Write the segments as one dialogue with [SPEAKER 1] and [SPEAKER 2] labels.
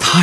[SPEAKER 1] 他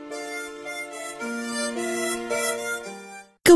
[SPEAKER 2] 各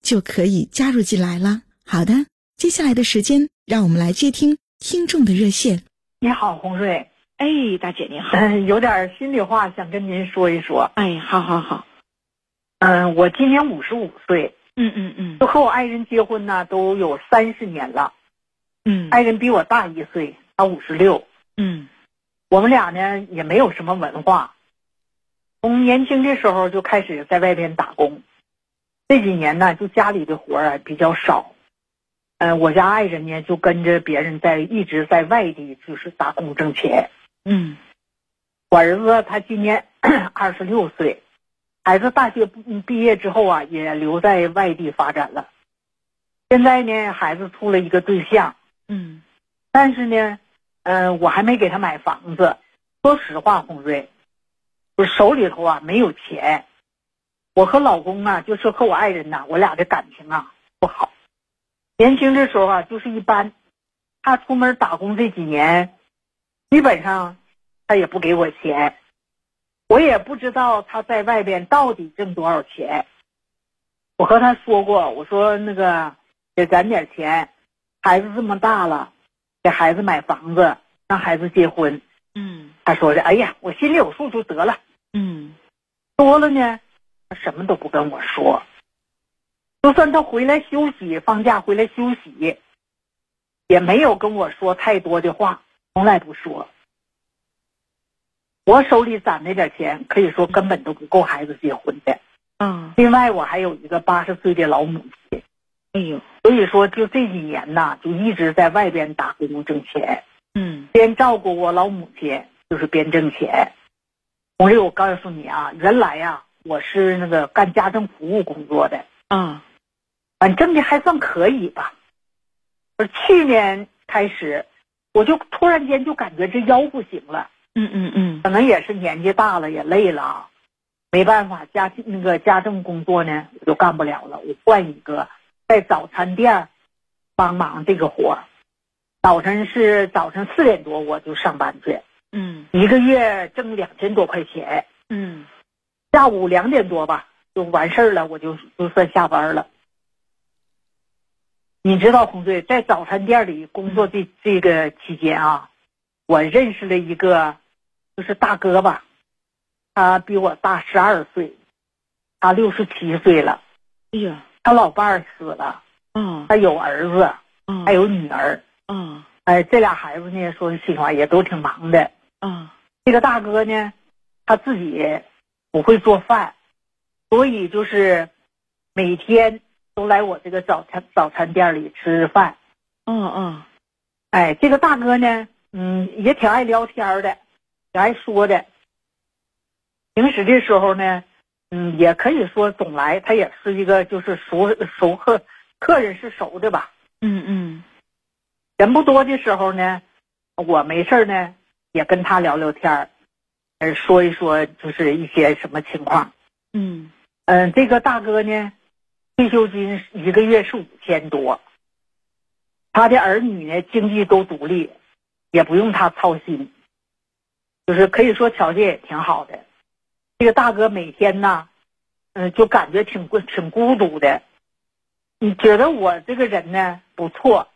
[SPEAKER 2] 就可以加入进来了。好的，接下来的时间，让我们来接听听众的热线。
[SPEAKER 3] 你好，红瑞。
[SPEAKER 4] 哎，大姐您好。
[SPEAKER 3] 嗯， 有点心里话想跟您说一说。
[SPEAKER 4] 哎，好好好。
[SPEAKER 3] 嗯，我今年五十五岁。
[SPEAKER 4] 嗯嗯嗯。
[SPEAKER 3] 就和我爱人结婚呢，都有三十年了。
[SPEAKER 4] 嗯。
[SPEAKER 3] 爱人比我大一岁，他五十六。
[SPEAKER 4] 嗯，
[SPEAKER 3] 我们俩呢也没有什么文化，从年轻的时候就开始在外边打工，这几年呢就家里的活儿啊比较少，嗯、呃，我家爱人呢就跟着别人在一直在外地就是打工挣钱。
[SPEAKER 4] 嗯，
[SPEAKER 3] 我儿子他今年 二十六岁，孩子大学毕业之后啊也留在外地发展了，现在呢孩子处了一个对象，
[SPEAKER 4] 嗯，
[SPEAKER 3] 但是呢。嗯、呃，我还没给他买房子。说实话，红瑞，我手里头啊没有钱。我和老公啊，就是和我爱人呐、啊，我俩的感情啊不好。年轻的时候啊，就是一般。他出门打工这几年，基本上他也不给我钱，我也不知道他在外边到底挣多少钱。我和他说过，我说那个得攒点钱，孩子这么大了。给孩子买房子，让孩子结婚。
[SPEAKER 4] 嗯，
[SPEAKER 3] 他说的，哎呀，我心里有数就得了。
[SPEAKER 4] 嗯，
[SPEAKER 3] 多了呢，他什么都不跟我说。就算他回来休息，放假回来休息，也没有跟我说太多的话，从来不说。我手里攒那点钱，可以说根本都不够孩子结婚的。
[SPEAKER 4] 嗯，
[SPEAKER 3] 另外我还有一个八十岁的老母亲。
[SPEAKER 4] 哎呦，
[SPEAKER 3] 所以说就这几年呐，就一直在外边打工挣钱，
[SPEAKER 4] 嗯，
[SPEAKER 3] 边照顾我老母亲，就是边挣钱。红瑞，我告诉你啊，原来呀、啊，我是那个干家政服务工作的
[SPEAKER 4] 啊，
[SPEAKER 3] 反正的还算可以吧。而去年开始，我就突然间就感觉这腰不行了，
[SPEAKER 4] 嗯嗯嗯，
[SPEAKER 3] 可能也是年纪大了，也累了啊，没办法，家那个家政工作呢，我就干不了了，我换一个。在早餐店帮忙这个活儿，早晨是早晨四点多我就上班去，
[SPEAKER 4] 嗯，
[SPEAKER 3] 一个月挣两千多块钱，
[SPEAKER 4] 嗯，
[SPEAKER 3] 下午两点多吧就完事儿了，我就就算下班了。你知道红队在早餐店里工作这这个期间啊，我认识了一个就是大哥吧，他比我大十二岁，他六十七岁了，
[SPEAKER 4] 哎呀。
[SPEAKER 3] 他老伴儿死了，
[SPEAKER 4] 嗯，
[SPEAKER 3] 他有儿子，
[SPEAKER 4] 嗯，
[SPEAKER 3] 还有女儿，
[SPEAKER 4] 嗯，
[SPEAKER 3] 哎，这俩孩子呢，说心里话也都挺忙的，
[SPEAKER 4] 嗯，
[SPEAKER 3] 这个大哥呢，他自己不会做饭，所以就是每天都来我这个早餐早餐店里吃饭，
[SPEAKER 4] 嗯嗯，
[SPEAKER 3] 哎，这个大哥呢，嗯，也挺爱聊天的，挺爱说的，平时的时候呢。嗯，也可以说总来，他也是一个就是熟熟客，客人是熟的吧。
[SPEAKER 4] 嗯嗯，
[SPEAKER 3] 人不多的时候呢，我没事呢也跟他聊聊天儿，呃，说一说就是一些什么情况。
[SPEAKER 4] 嗯
[SPEAKER 3] 嗯，这个大哥呢，退休金一个月是五千多，他的儿女呢经济都独立，也不用他操心，就是可以说条件也挺好的。这个大哥每天呐，嗯、呃，就感觉挺孤挺孤独的。你觉得我这个人呢不错，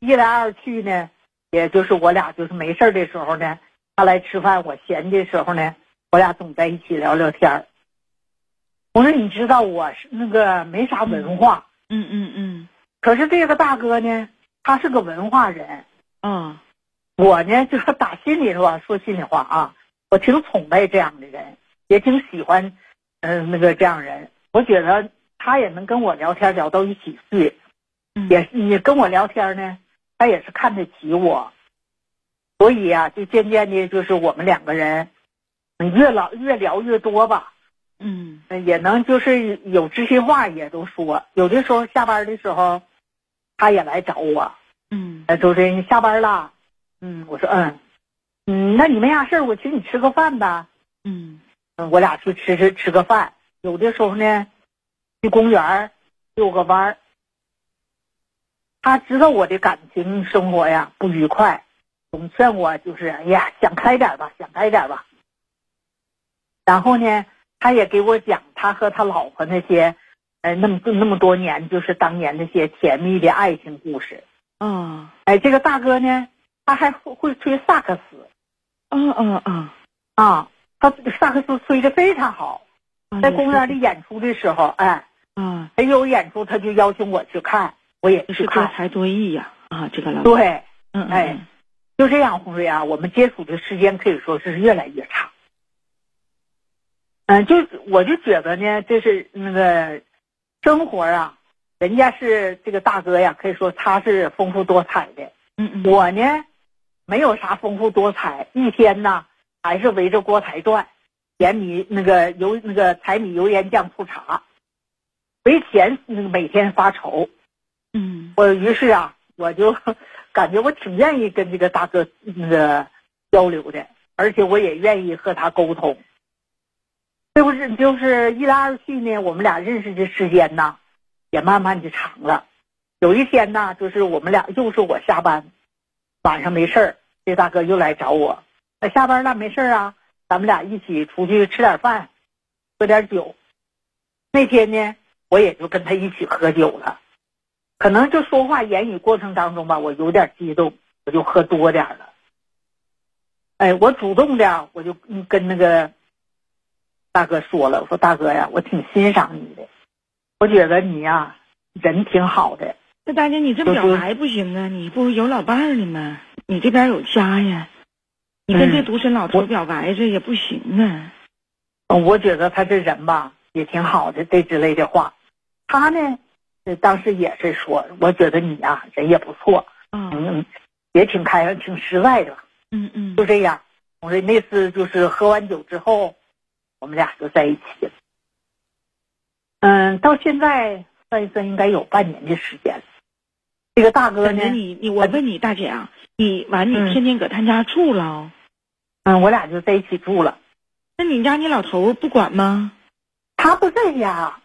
[SPEAKER 3] 一来二去呢，也就是我俩就是没事的时候呢，他来吃饭，我闲的时候呢，我俩总在一起聊聊天儿。我说你知道我是那个没啥文化，
[SPEAKER 4] 嗯嗯嗯，
[SPEAKER 3] 可是这个大哥呢，他是个文化人，
[SPEAKER 4] 啊
[SPEAKER 3] 我呢就是打心里头啊说心里话啊，我挺崇拜这样的人，也挺喜欢，嗯、那个这样人。我觉得他也能跟我聊天聊到一起去，
[SPEAKER 4] 嗯
[SPEAKER 3] 也也跟我聊天呢，他也是看得起我，所以啊，就渐渐的，就是我们两个人，嗯越老越聊越多吧。
[SPEAKER 4] 嗯
[SPEAKER 3] 呃也能就是有知心话也都说，有的时候下班的时候，他也来找我，
[SPEAKER 4] 嗯
[SPEAKER 3] 呃，主持人你下班啦，嗯，我说嗯，嗯，那你没啥事儿，我请你吃个饭吧，
[SPEAKER 4] 嗯
[SPEAKER 3] 嗯，我俩去吃吃吃个饭，有的时候呢，去公园儿遛个弯儿。他知道我的感情生活呀不愉快，总劝我就是哎呀想开点儿吧，想开点儿吧。然后呢，他也给我讲他和他老婆那些，呃，那么那么多年就是当年那些甜蜜的爱情故事。
[SPEAKER 4] 啊
[SPEAKER 3] 哎，这个大哥呢，他还会会吹萨克斯
[SPEAKER 4] 啊啊啊！
[SPEAKER 3] 啊，他萨克斯吹的非常好。
[SPEAKER 2] 嗯
[SPEAKER 4] 啊
[SPEAKER 3] 在公园里演出的时候，哎，
[SPEAKER 4] 啊，
[SPEAKER 3] 他有演出，他就邀请我去看，我也
[SPEAKER 4] 也
[SPEAKER 3] 去
[SPEAKER 4] 是多
[SPEAKER 3] 看。
[SPEAKER 4] 才多艺呀啊，这个老公
[SPEAKER 3] 对，
[SPEAKER 4] 嗯嗯
[SPEAKER 3] 哎就这样，红瑞啊，我们接触的时间可以说是越来越长。嗯，就我就觉得呢，这是那个生活啊，人家是这个大哥呀，可以说他是丰富多彩的。
[SPEAKER 4] 嗯嗯
[SPEAKER 3] 我呢，没有啥丰富多彩，一天呢还是围着锅台转，柴米那个油那个柴米油盐酱醋茶，为钱那个每天发愁。
[SPEAKER 4] 嗯
[SPEAKER 3] 我于是啊，我就 感觉我挺愿意跟这个大哥那个交流的，而且我也愿意和他沟通。这不是就是一来二去呢，我们俩认识的时间呢，也慢慢的长了。有一天呢，就是我们俩又是我下班，晚上没事儿，这大哥又来找我，那下班了没事儿啊，咱们俩一起出去吃点饭，喝点酒。那天呢，我也就跟他一起喝酒了。可能就说话言语过程当中吧，我有点激动，我就喝多点儿了。哎，我主动的，我就嗯跟那个大哥说了，我说大哥呀，我挺欣赏你的，我觉得你呀、人挺好的。
[SPEAKER 4] 那大姐你这表白不行啊，你不有老伴儿呢吗？你这边有家呀，你跟
[SPEAKER 3] 哎
[SPEAKER 4] 这独身老头表白这也不行啊。
[SPEAKER 3] 嗯我觉得他这人吧也挺好的，这之类的话。他呢，呃当时也是说，我觉得你呀、人也不错，
[SPEAKER 4] 啊
[SPEAKER 3] 嗯，也挺开朗，挺实在的。
[SPEAKER 4] 嗯嗯
[SPEAKER 3] 就这样，我说那次就是喝完酒之后，我们俩就在一起了。嗯，到现在算一算应该有半年的时间了。这个大哥
[SPEAKER 4] 感
[SPEAKER 3] 呢
[SPEAKER 4] 觉，你你我问你大姐啊，你完你
[SPEAKER 3] 嗯
[SPEAKER 4] 天天搁他家住了哦，
[SPEAKER 3] 嗯，我俩就在一起住了。
[SPEAKER 4] 那你家你老头儿不管吗？
[SPEAKER 3] 他不在家，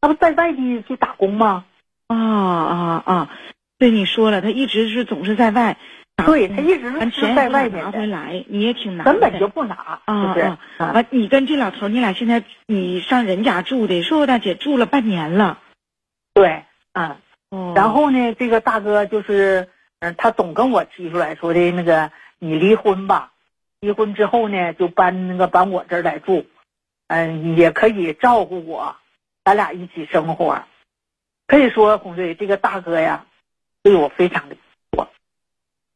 [SPEAKER 3] 他不在外地去打工吗？
[SPEAKER 4] 啊啊啊！对你说了，他一直是总是在外打工，
[SPEAKER 3] 对啊他一直
[SPEAKER 4] 嗯完
[SPEAKER 3] 是
[SPEAKER 4] 钱
[SPEAKER 3] 在
[SPEAKER 4] 也
[SPEAKER 3] 外
[SPEAKER 4] 不拿
[SPEAKER 3] 面
[SPEAKER 4] 回
[SPEAKER 3] 的，
[SPEAKER 4] 来，你也挺难的，
[SPEAKER 3] 根本就不拿，是
[SPEAKER 4] 啊
[SPEAKER 3] 不是嗯
[SPEAKER 4] 啊？完，你跟这老头儿，你俩现在你上人家住的，说我大姐住了半年了。
[SPEAKER 3] 对，嗯。
[SPEAKER 4] 哦
[SPEAKER 3] 然后呢，这个大哥就是，嗯、他总跟我提出来说的那个，你离婚吧，离婚之后呢，就搬那个搬我这儿来住，嗯、也可以照顾我，咱俩一起生活。可以说，红队这个大哥呀，对我非常的不错。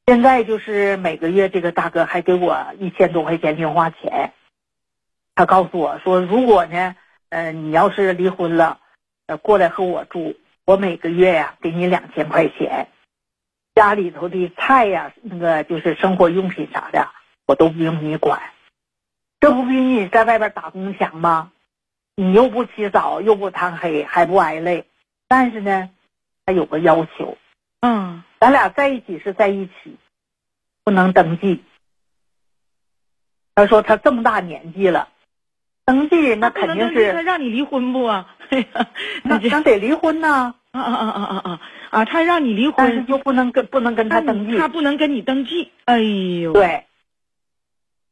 [SPEAKER 3] 现在就是每个月，这个大哥还给我一千多块钱零花钱。他告诉我说，如果呢，嗯、你要是离婚了，呃，过来和我住，我每个月呀、给你两千块钱，家里头的菜呀、那个就是生活用品啥的，我都不用你管。这不比你在外边打工强吗？你又不起早，又不贪黑，还不挨累。但是呢，他有个要求，
[SPEAKER 4] 嗯
[SPEAKER 3] 咱俩在一起是在一起，不能登记。他说他这么大年纪了，登记那肯定
[SPEAKER 4] 他
[SPEAKER 3] 是
[SPEAKER 4] 让你离婚 不啊？哎 呀，
[SPEAKER 3] 那
[SPEAKER 4] 这
[SPEAKER 3] 那得离婚呐、
[SPEAKER 4] 啊啊啊啊啊啊啊！他让你离
[SPEAKER 3] 但是
[SPEAKER 4] 婚，
[SPEAKER 3] 就不能跟不能跟他
[SPEAKER 4] 但
[SPEAKER 3] 登记。
[SPEAKER 4] 他不能跟你登记。哎呦，，
[SPEAKER 3] 对。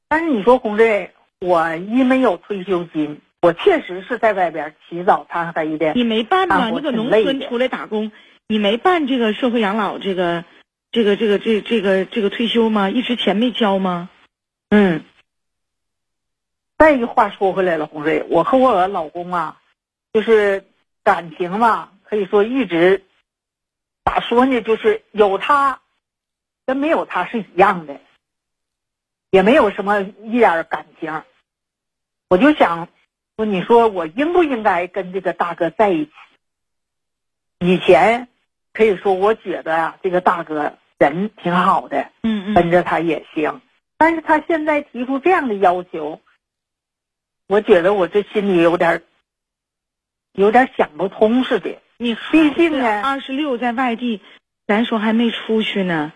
[SPEAKER 3] 但是你说红瑞，我一没有退休金，我确实是在外边起早贪黑的。
[SPEAKER 4] 你没办
[SPEAKER 3] 啊
[SPEAKER 4] 吧？
[SPEAKER 3] 我
[SPEAKER 4] 你搁
[SPEAKER 3] 挺
[SPEAKER 4] 农
[SPEAKER 3] 累
[SPEAKER 4] 村
[SPEAKER 3] 的
[SPEAKER 4] 出来打工，你没办这个社会养老这个这个这个这这个这个退休吗？一直钱没交吗？
[SPEAKER 3] 嗯。再一个话说回来了，红瑞，我和我老公啊，就是感情吧，可以说一直咋说呢？就是有他，跟没有他是一样的，也没有什么一点感情。我就想说，你说我应不应该跟这个大哥在一起？以前可以说，我觉得啊，这个大哥人挺好的，
[SPEAKER 4] 嗯
[SPEAKER 3] 跟着他也行。但是他现在提出这样的要求，我觉得我这心里有点儿，有点儿想不通似的。
[SPEAKER 4] 你
[SPEAKER 3] 毕竟呢
[SPEAKER 4] 二十六在外地，咱说还没出去呢。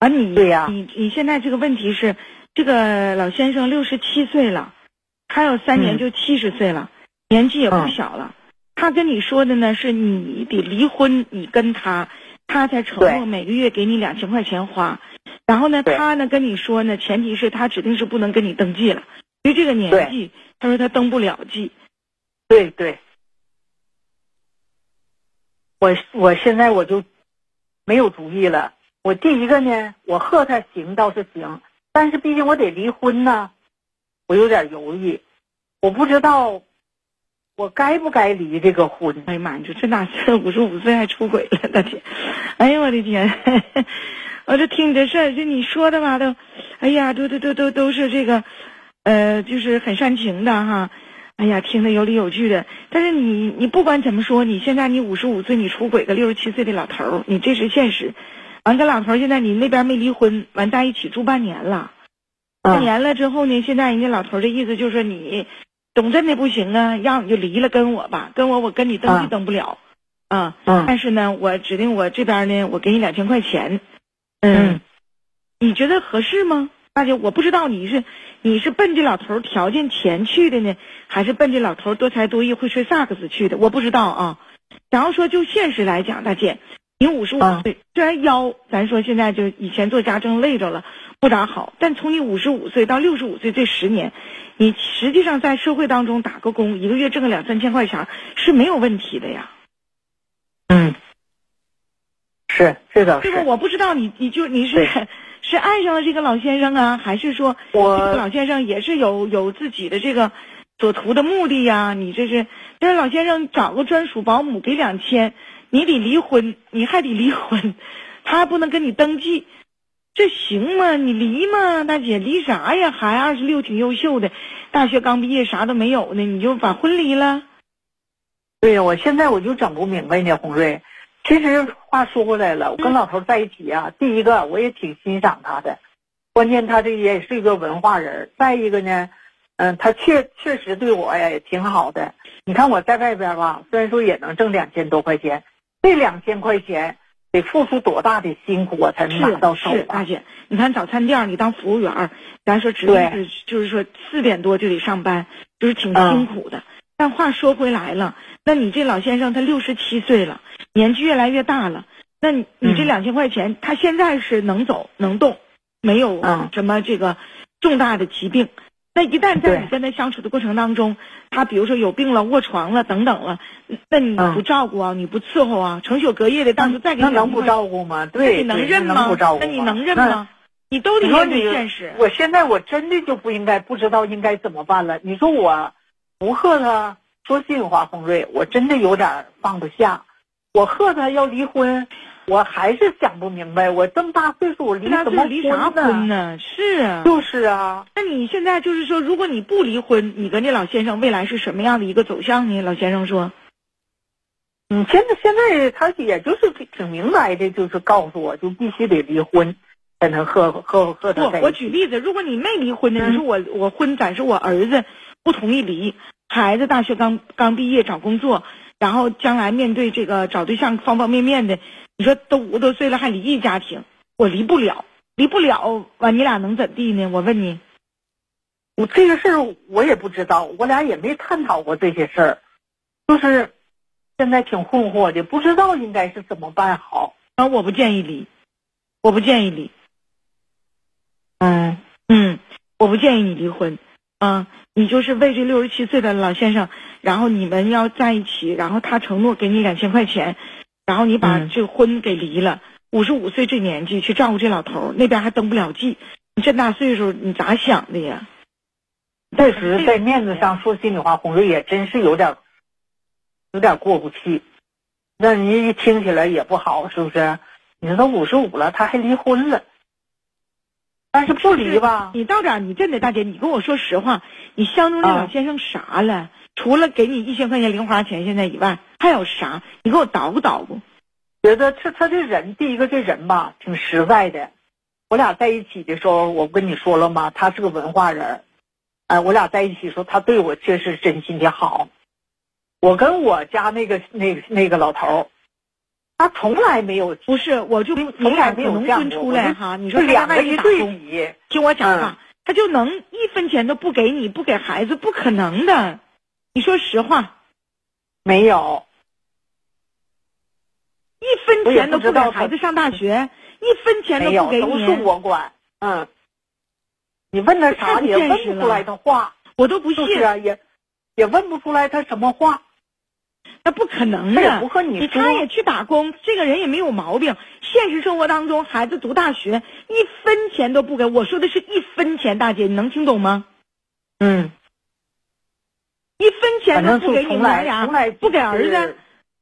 [SPEAKER 4] 啊，你
[SPEAKER 3] 对呀
[SPEAKER 4] 你你现在这个问题是，这个老先生六十七岁了，还有三年
[SPEAKER 3] 嗯
[SPEAKER 4] 就七十岁了，年纪也不
[SPEAKER 3] 嗯
[SPEAKER 4] 小了。他跟你说的呢，是你得离婚，你跟他，他才承诺
[SPEAKER 3] 对
[SPEAKER 4] 每个月给你两千块钱花。然后呢，
[SPEAKER 3] 对
[SPEAKER 4] 他呢跟你说呢，前提是他指定是不能跟你登记了，因为这个年
[SPEAKER 3] 对
[SPEAKER 4] 纪，他说他登不了记。
[SPEAKER 3] 对对，我我现在我就没有主意了。我第一个呢，我和他行倒是行，但是毕竟我得离婚呢，我有点犹豫，我不知道我该不该离这个婚。
[SPEAKER 4] 哎呀妈呀，你说这大事儿，五十五岁还出轨了，大姐！哎呀，我的天！ 我这听你这事儿，这你说的吧都，哎呀，都都都都都是这个，呃，就是很煽情的哈。哎呀，听得有理有据的。但是你你不管怎么说，你现在你五十五岁，你出轨个六十七岁的老头儿，你这是现实。完，跟老头儿现在你那边没离婚，完在一起住半年了。半
[SPEAKER 3] 嗯，
[SPEAKER 4] 年了之后呢，现在人家老头儿的意思就是你懂真的不行啊，要你就离了跟我吧，跟我我跟你登记
[SPEAKER 3] 嗯
[SPEAKER 4] 登不了，啊，
[SPEAKER 3] 嗯
[SPEAKER 4] 但是呢，我指定我这边呢，我给你两千块钱，
[SPEAKER 3] 嗯，
[SPEAKER 4] 你觉得合适吗？大姐，我不知道你是你是奔这老头儿条件钱去的呢，还是奔这老头儿多才多艺会吹萨克斯去的？我不知道啊。然后说就现实来讲，大姐，你五十五
[SPEAKER 3] 啊
[SPEAKER 4] 岁，虽然腰咱说现在就以前做家政累着了不咋好，但从你五十五岁到六十五岁这十年，你实际上在社会当中打个工，一个月挣个两三千块钱儿是没有问题的呀。
[SPEAKER 3] 嗯，是这 倒
[SPEAKER 4] 这
[SPEAKER 3] 是
[SPEAKER 4] 个。我不知道你，你就你是
[SPEAKER 3] 对
[SPEAKER 4] 是爱上了这个老先生啊，还是说
[SPEAKER 3] 我
[SPEAKER 4] 这个老先生也是有有自己的这个所图的目的呀、你这是，但是老先生找个专属保姆给两千，你得离婚，你还得离婚，他还不能跟你登记，这行吗？你离吗，大姐？离啥呀？孩子二十六，挺优秀的，大学刚毕业，啥都没有呢，你就把婚离了？
[SPEAKER 3] 对呀，我现在我就整不明白呢，红瑞。其实话说回来了，我
[SPEAKER 4] 嗯
[SPEAKER 3] 跟老头在一起啊，第一个我也挺欣赏他的，关键他这也是一个文化人儿。再一个呢，嗯，他确确实对我呀也挺好的。你看我在外边吧，虽然说也能挣两千多块钱，这两千块钱得付出多大的辛苦我才能拿到手
[SPEAKER 4] 是哎大
[SPEAKER 3] 啊？
[SPEAKER 4] 姐，你看早餐店儿你当服务员儿，咱说指定
[SPEAKER 3] 对嗯
[SPEAKER 4] 是就是说四点多就得上班，就是挺辛苦的。但话说回来了，那你这老先生他六十七岁了，年纪越来越大了，那你你这
[SPEAKER 3] 嗯
[SPEAKER 4] 两千块钱，他现在是能走能动，没有
[SPEAKER 3] 嗯
[SPEAKER 4] 什么这个重大的疾病。那一旦在
[SPEAKER 3] 对
[SPEAKER 4] 你跟他相处的过程当中，他比如说有病了、卧床了等等了，那你
[SPEAKER 3] 嗯
[SPEAKER 4] 不照顾啊，你不伺候啊，成宿隔夜的，到时候再给你
[SPEAKER 3] 那能不
[SPEAKER 4] 两千块钱
[SPEAKER 3] 照顾吗？
[SPEAKER 4] 那
[SPEAKER 3] 对，
[SPEAKER 4] 你能
[SPEAKER 3] 对
[SPEAKER 4] 认
[SPEAKER 3] 那
[SPEAKER 4] 吗
[SPEAKER 3] 能不照？顾
[SPEAKER 4] 那你
[SPEAKER 3] 吗
[SPEAKER 4] 能认
[SPEAKER 3] 那
[SPEAKER 4] 吗？你都得
[SPEAKER 3] 你说
[SPEAKER 4] 面
[SPEAKER 3] 你
[SPEAKER 4] 对现实。
[SPEAKER 3] 我现在我真的就不应该不知道应该怎么办了。你说我不和他说心里话，洪瑞，我真的有点放不下。我和他要离婚，我还是想不明白，我这么大岁数，我离
[SPEAKER 4] 那
[SPEAKER 3] 什
[SPEAKER 4] 是
[SPEAKER 3] 么
[SPEAKER 4] 离啥婚
[SPEAKER 3] 呢？
[SPEAKER 4] 呢？是啊，
[SPEAKER 3] 就是啊，
[SPEAKER 4] 那你现在就是说，如果你不离婚，你跟这老先生未来是什么样的一个走向呢？老先生说，
[SPEAKER 3] 你现在现在他也就是挺明白的，就是告诉我就必须得离婚，才能和和和
[SPEAKER 4] 不
[SPEAKER 3] 他在，
[SPEAKER 4] 我
[SPEAKER 3] 一起。
[SPEAKER 4] 举例子，如果你没离婚呢，
[SPEAKER 3] 嗯
[SPEAKER 4] 你说我我婚暂时我儿子不同意离，孩子大学刚刚毕业找工作，然后将来面对这个找对象方方面面的，你说都五十多岁了还离异家庭，我离不了，离不了，完你俩能怎地呢？我问你。
[SPEAKER 3] 我这个事儿我也不知道，我俩也没探讨过这些事儿，就是现在挺困惑的，不知道应该是怎么办好。
[SPEAKER 4] 啊，我不建议离，我不建议离，
[SPEAKER 3] 嗯，
[SPEAKER 4] 嗯，我不建议你离婚，啊，你就是为这六十七岁的老先生，然后你们要在一起，然后他承诺给你两千块钱，然后你把
[SPEAKER 3] 嗯
[SPEAKER 4] 这婚给离了，五十五岁这年纪去照顾这老头儿，那边还登不了记，你这大岁数你咋想的呀？
[SPEAKER 3] 确实在面子上说心里话，红瑞也真是有点有点过不去。那人家一听起来也不好，是不是？你说都五十五了，他还离婚了，但是不离吧？
[SPEAKER 4] 你到点儿，你真的大姐，你跟我说实话，你相中这老
[SPEAKER 3] 啊
[SPEAKER 4] 先生啥了？除了给你一千块钱零花钱现在以外，还有啥？你给我捣鼓捣鼓。
[SPEAKER 3] 觉得这他这人，第一个这人吧，挺实在的。我俩在一起的时候，我不跟你说了吗？他是个文化人儿，哎、我俩在一起的时候，他对我确实真心的好。我跟我家那个那个那个老头儿，他从来没有
[SPEAKER 4] 不是，我就
[SPEAKER 3] 从
[SPEAKER 4] 你俩
[SPEAKER 3] 来没
[SPEAKER 4] 从
[SPEAKER 3] 有
[SPEAKER 4] 农
[SPEAKER 3] 见
[SPEAKER 4] 村
[SPEAKER 3] 过
[SPEAKER 4] 出
[SPEAKER 3] 我
[SPEAKER 4] 来
[SPEAKER 3] 们
[SPEAKER 4] 哈，你
[SPEAKER 3] 你
[SPEAKER 4] 说
[SPEAKER 3] 说
[SPEAKER 4] 他在
[SPEAKER 3] 两
[SPEAKER 4] 外
[SPEAKER 3] 个
[SPEAKER 4] 地
[SPEAKER 3] 一
[SPEAKER 4] 打
[SPEAKER 3] 对
[SPEAKER 4] 工，
[SPEAKER 3] 比，
[SPEAKER 4] 听我讲
[SPEAKER 3] 嗯，
[SPEAKER 4] 话他就能一分钱都不给你，不给孩子，不可能的。你说实话，
[SPEAKER 3] 没有，
[SPEAKER 4] 一分
[SPEAKER 3] 我也
[SPEAKER 4] 钱都
[SPEAKER 3] 不知
[SPEAKER 4] 不给
[SPEAKER 3] 道他
[SPEAKER 4] 孩子上大学，一分钱
[SPEAKER 3] 没
[SPEAKER 4] 都
[SPEAKER 3] 有
[SPEAKER 4] 不，给
[SPEAKER 3] 都是
[SPEAKER 4] 你，
[SPEAKER 3] 我管。嗯，你问他
[SPEAKER 4] 太
[SPEAKER 3] 啥
[SPEAKER 4] 不
[SPEAKER 3] 也
[SPEAKER 4] 见
[SPEAKER 3] 问
[SPEAKER 4] 识
[SPEAKER 3] 不出来
[SPEAKER 4] 了
[SPEAKER 3] 他话，
[SPEAKER 4] 我都不信
[SPEAKER 3] 就，是啊，也也问不出来他什么话，
[SPEAKER 4] 那不可能
[SPEAKER 3] 他也
[SPEAKER 4] 的
[SPEAKER 3] 不。和
[SPEAKER 4] 你
[SPEAKER 3] 你说。
[SPEAKER 4] 他也去打工，这个人也没有毛病。现实生活当中，孩子读大学一分钱都不给，我说的是一分钱，大姐，你能听懂吗？
[SPEAKER 3] 嗯，
[SPEAKER 4] 一分钱
[SPEAKER 3] 反
[SPEAKER 4] 都
[SPEAKER 3] 正
[SPEAKER 4] 不
[SPEAKER 3] 就
[SPEAKER 4] 给你
[SPEAKER 3] 从
[SPEAKER 4] 们娘
[SPEAKER 3] 来
[SPEAKER 4] 俩，
[SPEAKER 3] 从来
[SPEAKER 4] 不给儿子
[SPEAKER 3] 是，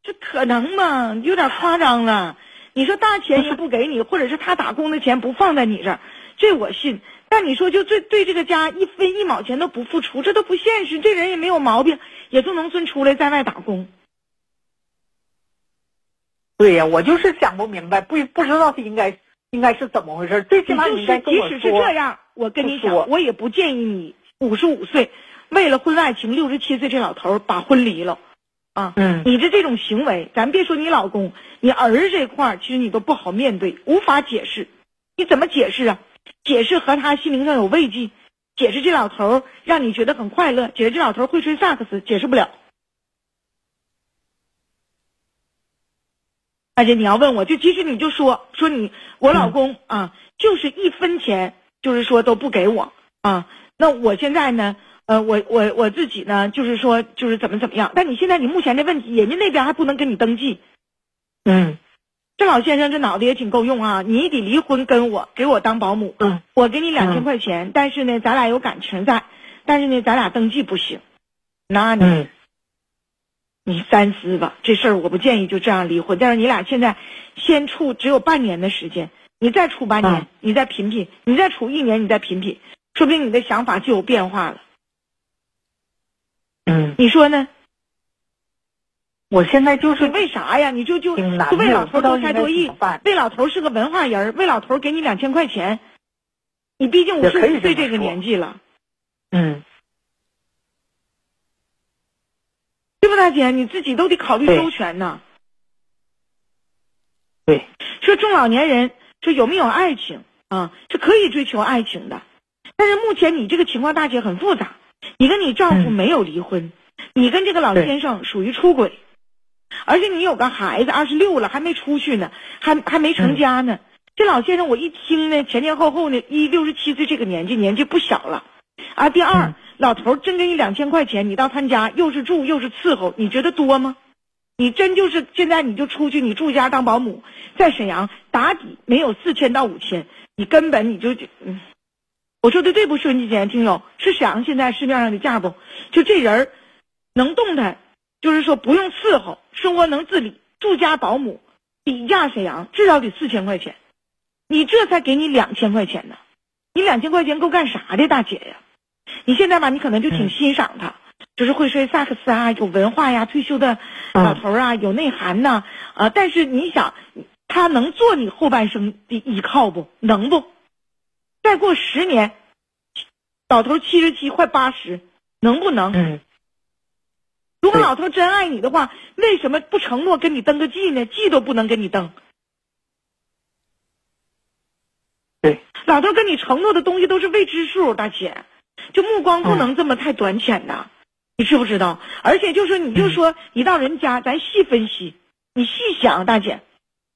[SPEAKER 4] 这可能吗？有点夸张了。你说大钱也不给你，或者是他打工的钱不放在你这儿，这我信。但你说就对对这个家一分一毛钱都不付出，这都不现实。这人也没有毛病，也从农村出来，在外打工。
[SPEAKER 3] 对呀、我就是想不明白，不不知道他应该应该是怎么回事。最起
[SPEAKER 4] 你
[SPEAKER 3] 码
[SPEAKER 4] 就
[SPEAKER 3] 你应该
[SPEAKER 4] 是
[SPEAKER 3] 跟
[SPEAKER 4] 即
[SPEAKER 3] 我
[SPEAKER 4] 使是这
[SPEAKER 3] 说，
[SPEAKER 4] 样，我跟你
[SPEAKER 3] 不说
[SPEAKER 4] 讲，我也不建议你五十五岁为了婚外情，六十七岁这老头儿把婚离了，啊，
[SPEAKER 3] 嗯
[SPEAKER 4] 你的这种行为，咱别说你老公，你儿子这块儿，其实你都不好面对，无法解释，你怎么解释啊？解释和他心灵上有慰藉，解释这老头儿让你觉得很快乐，解释这老头儿会吹萨克斯，解释不了。大姐，你要问我就，其实你就说说你，我老公、啊，就是一分钱，就是说都不给我啊。那我现在呢，呃，我我我自己呢，就是说就是怎么怎么样。但你现在你目前这问题，人家那边还不能跟你登记。
[SPEAKER 3] 嗯
[SPEAKER 4] 这老先生这脑袋也挺够用啊，你得离婚跟我，给我当保姆，
[SPEAKER 3] 嗯
[SPEAKER 4] 我给你两千
[SPEAKER 3] 嗯
[SPEAKER 4] 块钱，但是呢，咱俩有感情在，但是呢，咱俩登记不行。那你
[SPEAKER 3] 嗯，
[SPEAKER 4] 你三思吧，这事儿我不建议就这样离婚。但是你俩现在先处只有半年的时间，你再处半年，
[SPEAKER 3] 嗯
[SPEAKER 4] 你再品品，你再处一年，你再品品，说不定你的想法就有变化了。
[SPEAKER 3] 嗯，
[SPEAKER 4] 你说呢？
[SPEAKER 3] 我现在就是
[SPEAKER 4] 你为啥呀？你就就
[SPEAKER 3] 挺难
[SPEAKER 4] 就为
[SPEAKER 3] 的
[SPEAKER 4] 老头
[SPEAKER 3] 我不知道
[SPEAKER 4] 多才
[SPEAKER 3] 应该
[SPEAKER 4] 多艺
[SPEAKER 3] 怎么办，
[SPEAKER 4] 为老头是个文化人儿，为老头给你两千块钱，你毕竟五
[SPEAKER 3] 也
[SPEAKER 4] 十
[SPEAKER 3] 可以
[SPEAKER 4] 五岁
[SPEAKER 3] 这么
[SPEAKER 4] 这个
[SPEAKER 3] 说
[SPEAKER 4] 年纪了，
[SPEAKER 3] 嗯
[SPEAKER 4] 对不，大姐？你自己都得考虑
[SPEAKER 3] 对
[SPEAKER 4] 周全呐。
[SPEAKER 3] 对，
[SPEAKER 4] 说中老年人说有没有爱情啊，是可以追求爱情的，但是目前你这个情况，大姐很复杂。你跟你丈夫
[SPEAKER 3] 嗯
[SPEAKER 4] 没有离婚，你跟这个老
[SPEAKER 3] 对
[SPEAKER 4] 先生属于出轨，而且你有个孩子，二十六了还没出去呢，还还没成家呢。这老先生我一听呢，前前后后呢，一六十七岁这个年纪，年纪不小了。啊，第二，
[SPEAKER 3] 嗯
[SPEAKER 4] 老头儿真给你两千块钱，你到他家又是住又是伺候，你觉得多吗？你真就是现在你就出去，你住家当保姆，在沈阳打底没有四千到五千，你根本你就，嗯，我说的对不，收音机前的听友，是沈阳现在市面上的价不？就这人儿能动弹，就是说不用伺候，生活能自理，住家保姆，底价沈阳至少得四千块钱，你这才给你两千块钱呢，你两千块钱够干啥的，大姐呀？你现在吧，你可能就挺
[SPEAKER 3] 嗯
[SPEAKER 4] 欣赏他，就是会吹萨克斯啊，有文化呀，退休的
[SPEAKER 3] 嗯
[SPEAKER 4] 老头儿啊，有内涵呐、啊，但是你想，他能做你后半生的依靠不？能不？再过十年，老头七十七快八十，能不能？
[SPEAKER 3] 嗯
[SPEAKER 4] 如果
[SPEAKER 3] 对
[SPEAKER 4] 老头真爱你的话，为什么不承诺跟你登个记呢？记都不能跟你登。
[SPEAKER 3] 对，
[SPEAKER 4] 老头跟你承诺的东西都是未知数，大姐，就目光不能这么太短浅呐，你知不知道？而且就说你就
[SPEAKER 3] 嗯
[SPEAKER 4] 说你到人家，咱细分析，你细想，大姐，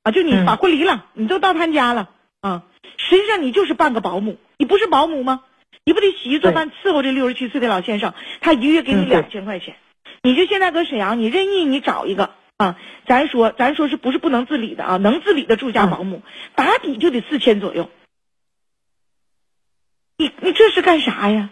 [SPEAKER 4] 啊，就你
[SPEAKER 3] 嗯
[SPEAKER 4] 把婚离了，你都到他家了啊，实际上你就是半个保姆，你不是保姆吗？你不得洗衣做饭伺候这六十七岁的老先生，他一个月给你
[SPEAKER 3] 嗯对
[SPEAKER 4] 两千块钱，你就现在搁沈阳，你任意你找一个啊，咱说咱说是不是不能自理的啊？能自理的住家保姆，
[SPEAKER 3] 嗯
[SPEAKER 4] 打底就得四千左右。你你这是干啥呀？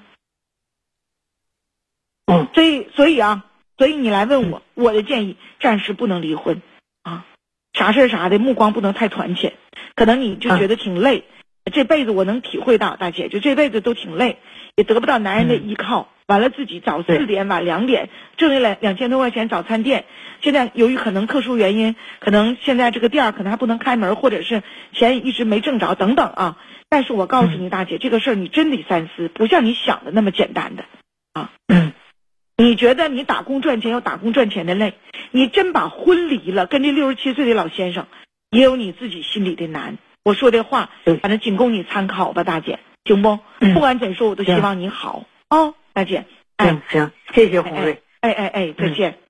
[SPEAKER 3] 嗯
[SPEAKER 4] 所以所以啊，所以你来问我，我的建议暂时不能离婚啊。啥事儿啥的，目光不能太团浅。可能你就觉得挺累，这辈子我能体会到，大姐就这辈子都挺累，也得不到男人的依靠。完了，自己早
[SPEAKER 3] 对
[SPEAKER 4] 四点晚两点挣了两两千多块钱早餐店，现在由于可能特殊原因，可能现在这个店儿可能还不能开门，或者是钱一直没挣着等等啊。但是我告诉你，大姐，这个事儿你真得三思，不像你想的那么简单的啊。
[SPEAKER 3] 嗯，
[SPEAKER 4] 你觉得你打工赚钱有打工赚钱的累，你真把婚离了，跟这六十七岁的老先生，也有你自己心里的难。我说这话
[SPEAKER 3] 对，
[SPEAKER 4] 反正仅供你参考吧，大姐，行不？
[SPEAKER 3] 嗯
[SPEAKER 4] 不管怎说，我都希
[SPEAKER 3] 行
[SPEAKER 4] 望你好哦，大姐。哎
[SPEAKER 3] 行行，谢谢红瑞。
[SPEAKER 4] 哎哎哎，再见。